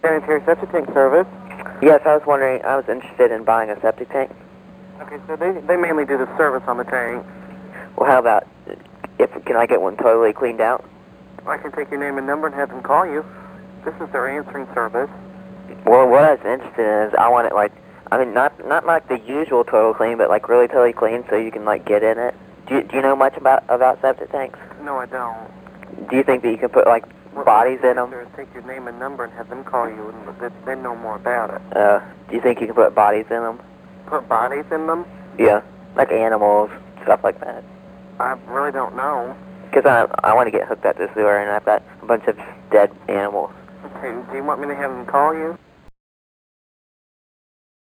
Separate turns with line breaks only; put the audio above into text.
sanitary septic tank service.
Yes, I was wondering, I was interested in buying a septic tank.
Okay, so they, they mainly do the service on the tank.
Well, how about, if can I get one totally cleaned out?
I can take your name and number and have them call you. This is their answering service.
Well, what I was interested in is I want it like, I mean, not not like the usual total clean, but like really totally clean, so you can like get in it. Do you, do you know much about about septic tanks?
No, I don't.
Do you think that you can put like
What
bodies
I'll
in
do
them?
Is take your name and number and have them call you, and they, they know more about it.
Uh, do you think you can put bodies in them?
Put bodies in them?
Yeah, like animals, stuff like that.
I really don't know.
Because I I want to get hooked up to sewer, and I've got a bunch of dead animals.
Okay, do you want me to have them call you?